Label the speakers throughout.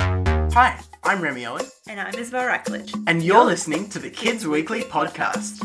Speaker 1: Hi, I'm Remy Owen,
Speaker 2: And I'm Isabel Rackledge.
Speaker 1: and you're listening to the Kids Weekly Podcast.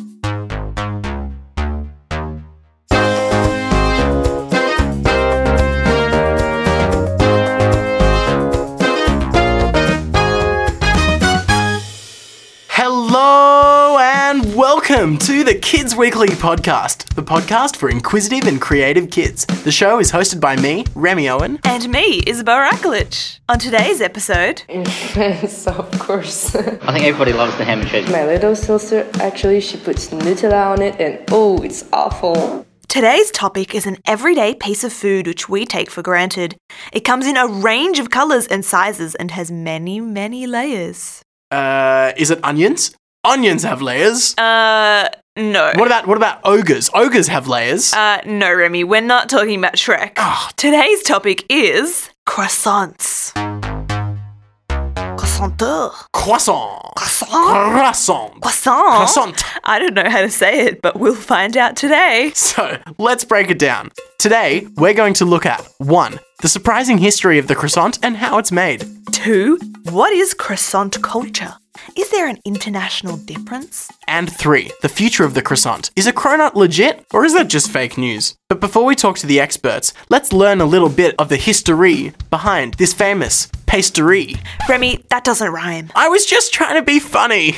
Speaker 1: Hello and welcome to the Kids Weekly Podcast, the podcast for inquisitive and creative kids. The show is hosted by me, Remy Owen,
Speaker 2: And me, Isabel Rackledge. On today's episode,
Speaker 3: Yes, of course.
Speaker 4: I think everybody loves the ham and cheese.
Speaker 3: My little sister actually she puts Nutella on it and oh it's awful.
Speaker 2: today's topic is an everyday piece of food which we take for granted. It comes in a range of colours and sizes and has many, many layers.
Speaker 1: Uh, is it onions? Onions have layers.
Speaker 2: Uh, no.
Speaker 1: what about what about ogres? Ogres have layers.
Speaker 2: Uh, no, Remy, we're not talking about Shrek. Today's topic is croissants. Croissanteur.
Speaker 1: croissant.
Speaker 2: Croissant.
Speaker 1: Croissant.
Speaker 2: Croissant.
Speaker 1: Croissant.
Speaker 2: I don't know how to say it, but we'll find out today.
Speaker 1: So let's break it down. Today we're going to look at one, the surprising history of the croissant and how it's made.
Speaker 2: Two, what is croissant culture? Is there an international difference?
Speaker 1: And three, the future of the croissant. Is a cronut legit or is that just fake news? But before we talk to the experts, let's learn a little bit of the history behind this famous pastry.
Speaker 2: Remy, that doesn't rhyme.
Speaker 1: I was just trying to be funny.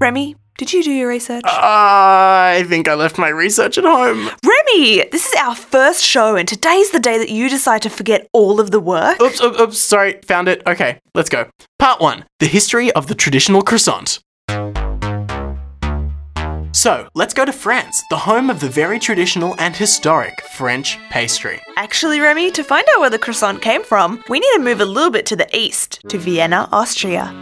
Speaker 2: Remy, did you do your research?
Speaker 1: I think I left my research at home.
Speaker 2: Remy, this is our first show, and today's the day that you decide to forget all of the work.
Speaker 1: Oops, oops, oops, sorry, found it. Okay, let's go. Part 1 The History of the Traditional Croissant. So, let's go to France, the home of the very traditional and historic French pastry.
Speaker 2: Actually, Remy, to find out where the croissant came from, we need to move a little bit to the east, to Vienna, Austria.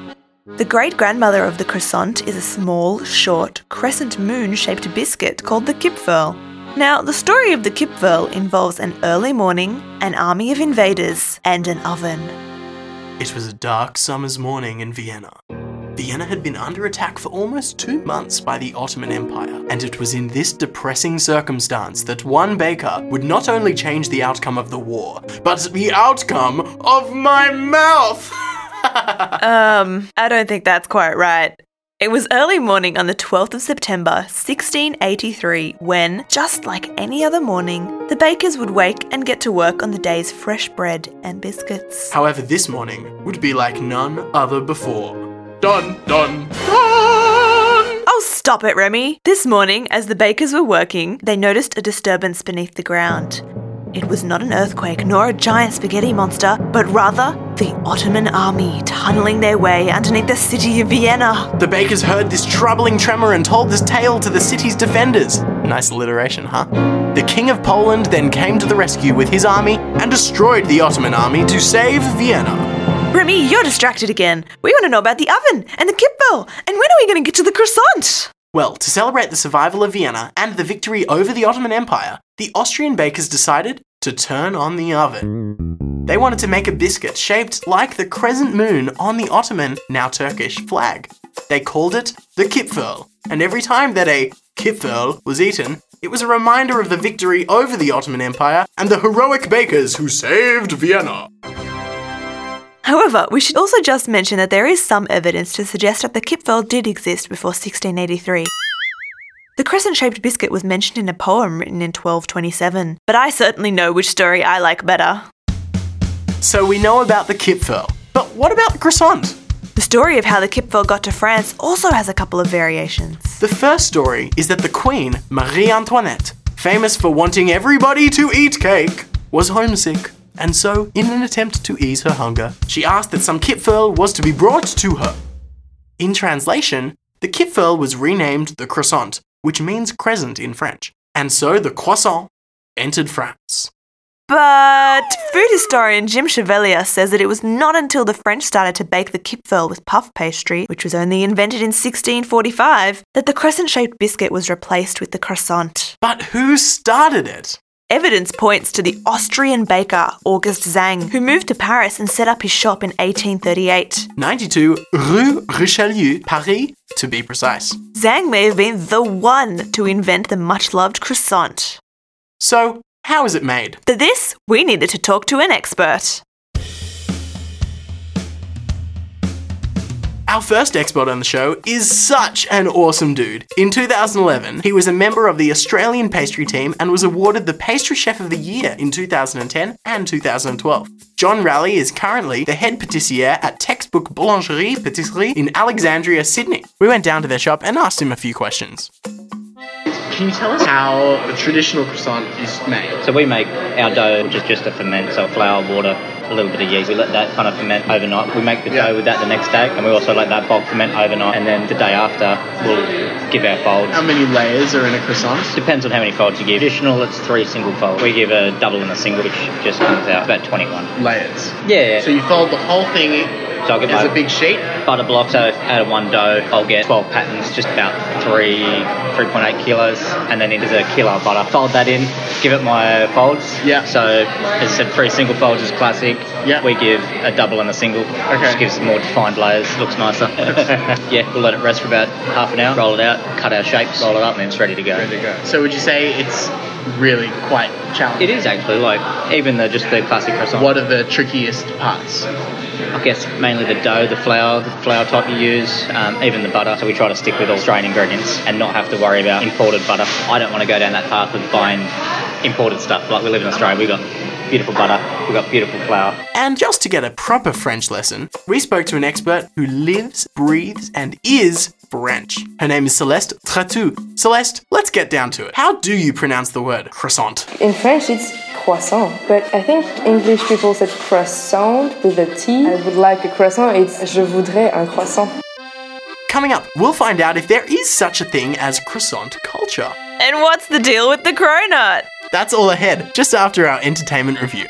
Speaker 2: The great grandmother of the croissant is a small, short, crescent moon shaped biscuit called the Kipferl. Now, the story of the Kipferl involves an early morning, an army of invaders, and an oven.
Speaker 1: It was a dark summer's morning in Vienna. Vienna had been under attack for almost two months by the Ottoman Empire, and it was in this depressing circumstance that one baker would not only change the outcome of the war, but the outcome of my mouth!
Speaker 2: Um, I don't think that's quite right. It was early morning on the 12th of September, 1683, when, just like any other morning, the bakers would wake and get to work on the day's fresh bread and biscuits.
Speaker 1: However, this morning would be like none other before. Dun dun dun!
Speaker 2: Oh, stop it, Remy. This morning, as the bakers were working, they noticed a disturbance beneath the ground. It was not an earthquake nor a giant spaghetti monster, but rather the Ottoman army tunneling their way underneath the city of Vienna.
Speaker 1: The bakers heard this troubling tremor and told this tale to the city's defenders. Nice alliteration, huh? The King of Poland then came to the rescue with his army and destroyed the Ottoman army to save Vienna.
Speaker 2: Remy, you're distracted again. We want to know about the oven and the kipbell, and when are we going to get to the croissant?
Speaker 1: Well, to celebrate the survival of Vienna and the victory over the Ottoman Empire, the Austrian bakers decided to turn on the oven. They wanted to make a biscuit shaped like the crescent moon on the Ottoman, now Turkish, flag. They called it the Kipferl, and every time that a Kipferl was eaten, it was a reminder of the victory over the Ottoman Empire and the heroic bakers who saved Vienna.
Speaker 2: However, we should also just mention that there is some evidence to suggest that the Kipfel did exist before 1683. The crescent shaped biscuit was mentioned in a poem written in 1227, but I certainly know which story I like better.
Speaker 1: So we know about the Kipferl, but what about the croissant?
Speaker 2: The story of how the Kipfel got to France also has a couple of variations.
Speaker 1: The first story is that the Queen, Marie Antoinette, famous for wanting everybody to eat cake, was homesick. And so, in an attempt to ease her hunger, she asked that some kipferl was to be brought to her. In translation, the kipferl was renamed the croissant, which means crescent in French. And so the croissant entered France.
Speaker 2: But food historian Jim Chevalier says that it was not until the French started to bake the kipferl with puff pastry, which was only invented in 1645, that the crescent shaped biscuit was replaced with the croissant.
Speaker 1: But who started it?
Speaker 2: Evidence points to the Austrian baker August Zang, who moved to Paris and set up his shop in 1838.
Speaker 1: 92 Rue Richelieu, Paris, to be precise.
Speaker 2: Zang may have been the one to invent the much loved croissant.
Speaker 1: So, How is it made?
Speaker 2: For this, we needed to talk to an expert.
Speaker 1: Our first expert on the show is such an awesome dude. In 2011, he was a member of the Australian pastry team and was awarded the Pastry Chef of the Year in 2010 and 2012. John Raleigh is currently the head patissier at Textbook Boulangerie Patisserie in Alexandria, Sydney. We went down to their shop and asked him a few questions.
Speaker 5: Can you tell us how a traditional croissant is made?
Speaker 4: So we make our dough, which is just a ferment, so flour, water, a little bit of yeast. We let that kind of ferment overnight. We make the
Speaker 5: Yeah.
Speaker 4: dough with that the next day, and we also let that bulk ferment overnight, and then the day after we'll give our folds.
Speaker 5: How many layers are in a croissant?
Speaker 4: Depends on how many folds you give. Traditional, it's three single folds. We give a double and a single, which just comes out about 21.
Speaker 5: Layers.
Speaker 4: Yeah.
Speaker 5: So you fold the whole thing
Speaker 4: So I get
Speaker 5: as
Speaker 4: my
Speaker 5: a big sheet.
Speaker 4: butter block. So out of one dough, I'll get 12 patterns, just about three, 3.8 kilos, and then into the kilo of butter. Fold that in, give it my folds.
Speaker 5: Yeah.
Speaker 4: So as I said, three single folds is classic.
Speaker 5: Yeah.
Speaker 4: We give a double and a single.
Speaker 5: Okay.
Speaker 4: Just gives more defined layers, looks nicer. yeah, we'll let it rest for about half an hour, roll it out, cut our shapes, roll it up, and then it's ready to go.
Speaker 5: Ready to go. So would you say it's really quite challenging?
Speaker 4: It is actually like even the just the classic croissant.
Speaker 5: What are the trickiest parts?
Speaker 4: I guess mainly the dough, the flour, the flour type you use, um, even the butter. So we try to stick with Australian ingredients and not have to worry about imported butter. I don't want to go down that path of buying imported stuff. Like we live in Australia, we got beautiful butter, we got beautiful flour.
Speaker 1: And just to get a proper French lesson, we spoke to an expert who lives, breathes, and is French. Her name is Celeste Tratou. Celeste, let's get down to it. How do you pronounce the word croissant?
Speaker 3: In French, it's croissant, but I think English people said croissant with a T. I would like a croissant. It's je voudrais un croissant.
Speaker 1: Coming up, we'll find out if there is such a thing as croissant culture.
Speaker 2: And what's the deal with the cronut?
Speaker 1: That's all ahead, just after our entertainment review.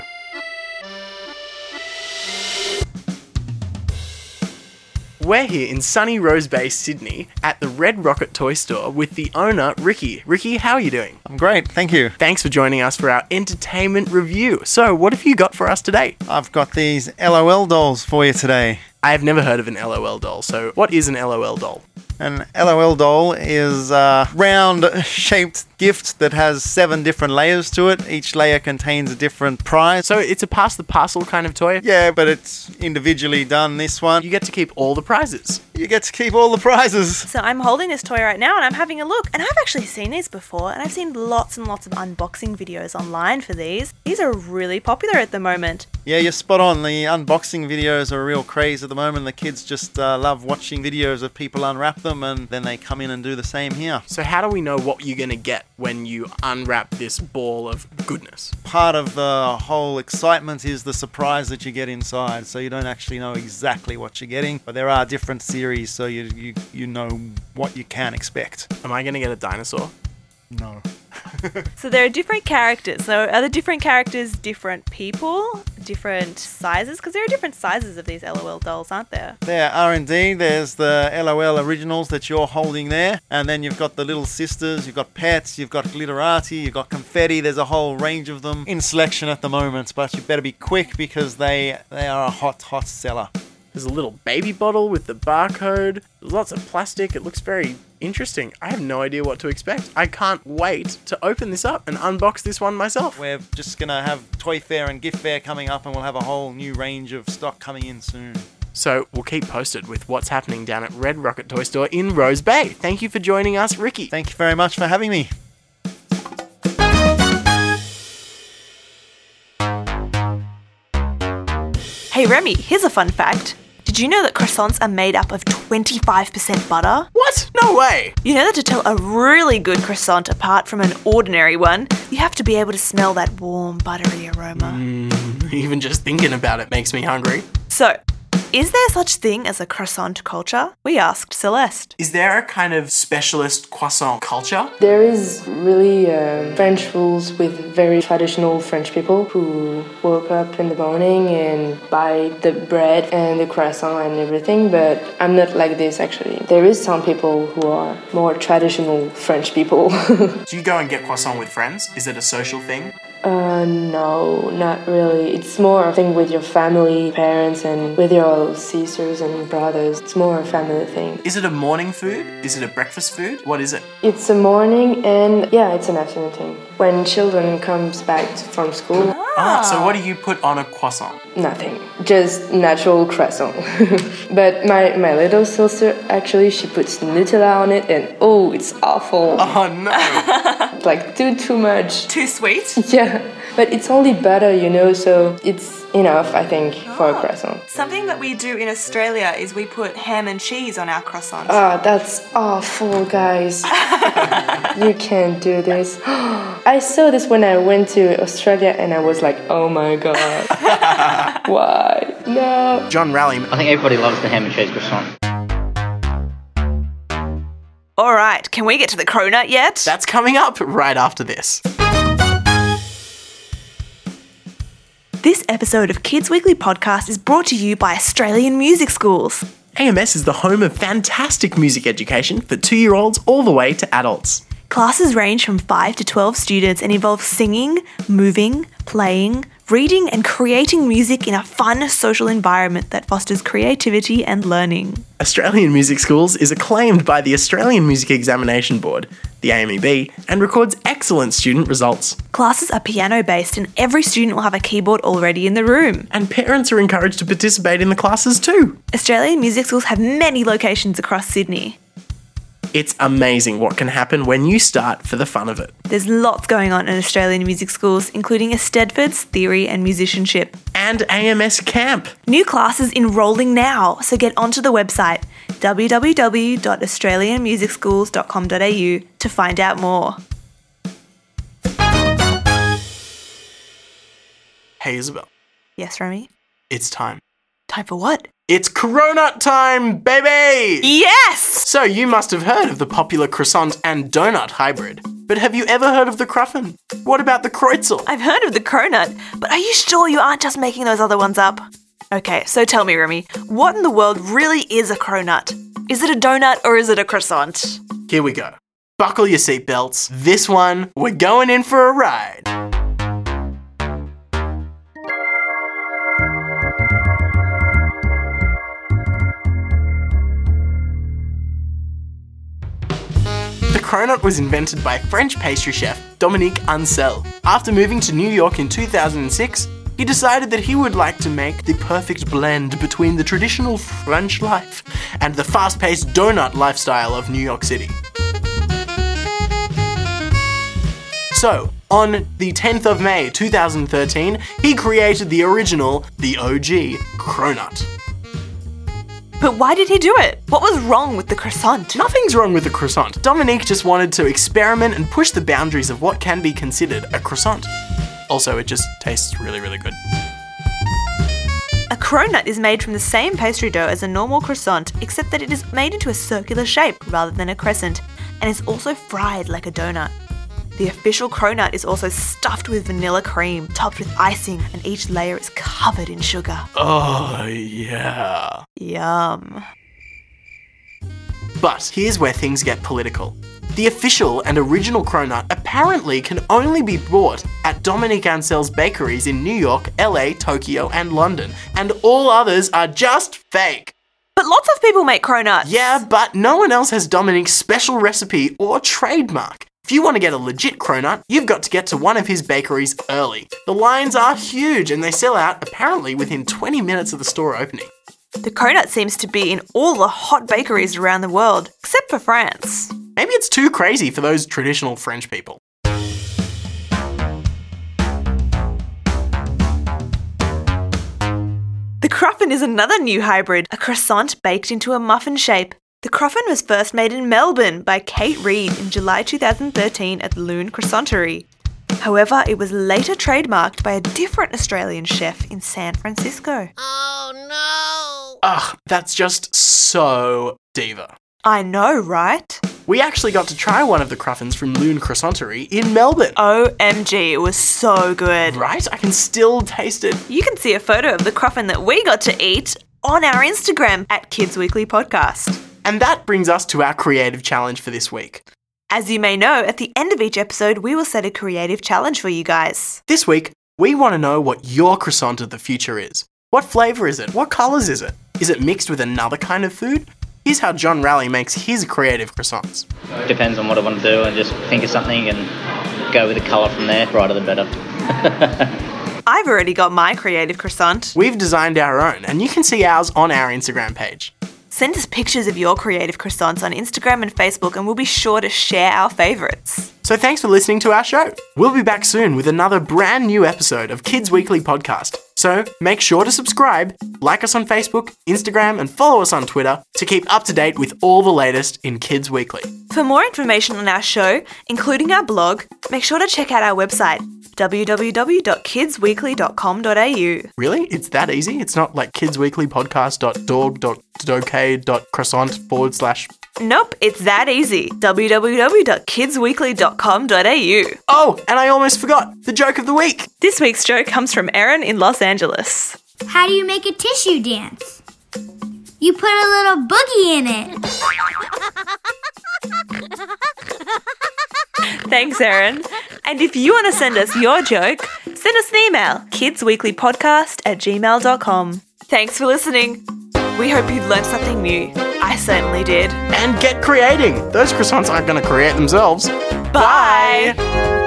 Speaker 1: We're here in sunny Rose Bay, Sydney, at the Red Rocket Toy Store with the owner, Ricky. Ricky, how are you doing?
Speaker 6: I'm great, thank you.
Speaker 1: Thanks for joining us for our entertainment review. So, what have you got for us today?
Speaker 6: I've got these LOL dolls for you today.
Speaker 1: I have never heard of an LOL doll, so what is an LOL doll?
Speaker 6: An LOL doll is a round shaped gift that has seven different layers to it. Each layer contains a different prize.
Speaker 1: So, it's a pass the parcel kind of toy.
Speaker 6: yeah, but it's individually done this one.
Speaker 1: You
Speaker 6: You,
Speaker 1: get to keep all the prizes.
Speaker 6: you get to keep all the prizes.
Speaker 2: So I'm holding this toy right now and I'm having a look. And I've actually seen these before, and I've seen lots and lots of unboxing videos online for these. These are really popular at the moment.
Speaker 6: Yeah, you're spot on. The unboxing videos are a real craze at the moment. The kids just uh, love watching videos of people unwrap them and then they come in and do the same here.
Speaker 1: So, how do we know what you're going to get when you unwrap this ball of goodness?
Speaker 6: part of the whole excitement is the surprise that you get inside. So you don't actually know exactly what you're getting, but there are different series, so you you, you know what you can expect.
Speaker 1: Am I going to get a dinosaur?
Speaker 6: No.
Speaker 2: So there are different characters. So are the different characters different people, different sizes? Because there are different sizes of these LOL dolls, aren't there?
Speaker 6: There are indeed. There's the LOL originals that you're holding there, and then you've got the little sisters. You've got pets. You've got glitterati. You've got confetti. There's a whole range of them in selection at the moment. But you better be quick because they they are a hot hot seller.
Speaker 1: There's a little baby bottle with the barcode. There's lots of plastic. It looks very interesting. I have no idea what to expect. I can't wait to open this up and unbox this one myself.
Speaker 6: We're just going to have Toy Fair and Gift Fair coming up, and we'll have a whole new range of stock coming in soon.
Speaker 1: So we'll keep posted with what's happening down at Red Rocket Toy Store in Rose Bay. Thank you for joining us, Ricky.
Speaker 6: Thank you very much for having me.
Speaker 2: Hey Remy, here's a fun fact. Did you know that croissants are made up of 25% butter?
Speaker 1: What? No way!
Speaker 2: You know that to tell a really good croissant apart from an ordinary one, you have to be able to smell that warm, buttery aroma.
Speaker 1: Even just thinking about it makes me hungry.
Speaker 2: So, is there such thing as a croissant culture? We asked Celeste.
Speaker 1: Is there a kind of specialist croissant culture?
Speaker 3: There is really um, French rules with very traditional French people who woke up in the morning and buy the bread and the croissant and everything, but I'm not like this actually. There is some people who are more traditional French people.
Speaker 1: Do you go and get croissant with friends? Is it a social thing?
Speaker 3: Uh, no, not really. It's more a thing with your family, parents, and with your sisters and brothers. It's more a family thing.
Speaker 1: Is it a morning food? Is it a breakfast food? What is it?
Speaker 3: It's a morning and yeah, it's an afternoon thing. When children comes back from school,
Speaker 1: Ah, so what do you put on a croissant?
Speaker 3: nothing, just natural croissant. but my my little sister actually she puts Nutella on it, and oh, it's awful.
Speaker 1: Oh no!
Speaker 3: Like too too much.
Speaker 2: Too sweet.
Speaker 3: Yeah, but it's only butter, you know, so it's enough, I think, for a croissant.
Speaker 2: Something that we do in Australia is we put ham and cheese on our croissants.
Speaker 3: Ah, that's awful, guys. you can't do this. I saw this when I went to Australia and I was like, oh my god. Why? No.
Speaker 1: John Raleigh,
Speaker 4: I think everybody loves the ham and cheese croissant.
Speaker 2: All right, can we get to the Krona yet?
Speaker 1: that's coming up right after this.
Speaker 2: this episode of Kids Weekly Podcast is brought to you by Australian Music Schools.
Speaker 1: AMS is the home of fantastic music education for two year olds all the way to adults.
Speaker 2: Classes range from 5 to 12 students and involve singing, moving, playing, reading, and creating music in a fun social environment that fosters creativity and learning.
Speaker 1: Australian Music Schools is acclaimed by the Australian Music Examination Board, the AMEB, and records excellent student results.
Speaker 2: Classes are piano based, and every student will have a keyboard already in the room.
Speaker 1: And parents are encouraged to participate in the classes too.
Speaker 2: Australian music schools have many locations across Sydney.
Speaker 1: It's amazing what can happen when you start for the fun of it.
Speaker 2: There's lots going on in Australian music schools, including a Stedfords, theory, and musicianship.
Speaker 1: And AMS Camp.
Speaker 2: New classes enrolling now, so get onto the website www.australianmusicschools.com.au to find out more.
Speaker 1: Hey Isabel,
Speaker 2: Yes, Remy?
Speaker 1: it's time.
Speaker 2: Time for what?
Speaker 1: It's Corona time, baby!
Speaker 2: Yes!
Speaker 1: So, you must have heard of the popular croissant and donut hybrid. But have you ever heard of the Cruffin? What about the Kreutzel?
Speaker 2: I've heard of the cronut, but are you sure you aren't just making those other ones up? Okay, so tell me, Remy, what in the world really is a cronut? Is it a donut or is it a croissant?
Speaker 1: Here we go. Buckle your seatbelts. This one, we're going in for a ride. The cronut was invented by French pastry chef Dominique Ansel. After moving to New York in 2006, he decided that he would like to make the perfect blend between the traditional French life and the fast paced donut lifestyle of New York City. So, on the 10th of May 2013, he created the original, the OG, Cronut.
Speaker 2: But why did he do it? What was wrong with the croissant?
Speaker 1: Nothing's wrong with the croissant. Dominique just wanted to experiment and push the boundaries of what can be considered a croissant. Also, it just tastes really, really good.
Speaker 2: A cronut is made from the same pastry dough as a normal croissant, except that it is made into a circular shape rather than a crescent, and is also fried like a donut. The official cronut is also stuffed with vanilla cream, topped with icing, and each layer is covered in sugar.
Speaker 1: Oh, yeah.
Speaker 2: Yum.
Speaker 1: But here's where things get political. The official and original cronut apparently can only be bought at Dominique Ansel's bakeries in New York, LA, Tokyo, and London, and all others are just fake.
Speaker 2: But lots of people make cronuts.
Speaker 1: Yeah, but no one else has Dominique's special recipe or trademark. If you want to get a legit cronut, you've got to get to one of his bakeries early. The lines are huge and they sell out apparently within 20 minutes of the store opening.
Speaker 2: The cronut seems to be in all the hot bakeries around the world, except for France.
Speaker 1: Maybe it's too crazy for those traditional French people.
Speaker 2: The croffin is another new hybrid, a croissant baked into a muffin shape. The croffin was first made in Melbourne by Kate Reid in July 2013 at the Loon Croissanterie. However, it was later trademarked by a different Australian chef in San Francisco.
Speaker 1: Ugh, that's just so diva.
Speaker 2: I know, right?
Speaker 1: We actually got to try one of the cruffins from Loon Croissanterie in Melbourne.
Speaker 2: OMG, it was so good.
Speaker 1: Right? I can still taste it.
Speaker 2: You can see a photo of the croffin that we got to eat on our Instagram at Kids Weekly Podcast.
Speaker 1: And that brings us to our creative challenge for this week.
Speaker 2: As you may know, at the end of each episode, we will set a creative challenge for you guys.
Speaker 1: This week, we want to know what your croissant of the future is. What flavour is it? What colours is it? Is it mixed with another kind of food? Here's how John Raleigh makes his creative croissants.
Speaker 4: Depends on what I want to do and just think of something and go with the colour from there. Brighter the better.
Speaker 2: I've already got my creative croissant.
Speaker 1: We've designed our own, and you can see ours on our Instagram page.
Speaker 2: Send us pictures of your creative croissants on Instagram and Facebook, and we'll be sure to share our favourites.
Speaker 1: So thanks for listening to our show. We'll be back soon with another brand new episode of Kids Weekly Podcast. So make sure to subscribe, like us on Facebook, Instagram, and follow us on Twitter to keep up to date with all the latest in Kids Weekly.
Speaker 2: For more information on our show, including our blog, make sure to check out our website www.kidsweekly.com.au.
Speaker 1: Really? It's that easy? It's not like kidsweeklypodcast.dog.dok.croissant forward slash.
Speaker 2: Nope, it's that easy. www.kidsweekly.com.au.
Speaker 1: Oh, and I almost forgot the joke of the week.
Speaker 2: This week's joke comes from Erin in Los Angeles.
Speaker 7: How do you make a tissue dance? You put a little boogie in it.
Speaker 2: Thanks, Erin. And if you want to send us your joke, send us an email kidsweeklypodcast at gmail.com. Thanks for listening. We hope you learned something new. I certainly did.
Speaker 1: And get creating! Those croissants aren't going to create themselves.
Speaker 2: Bye.
Speaker 1: Bye.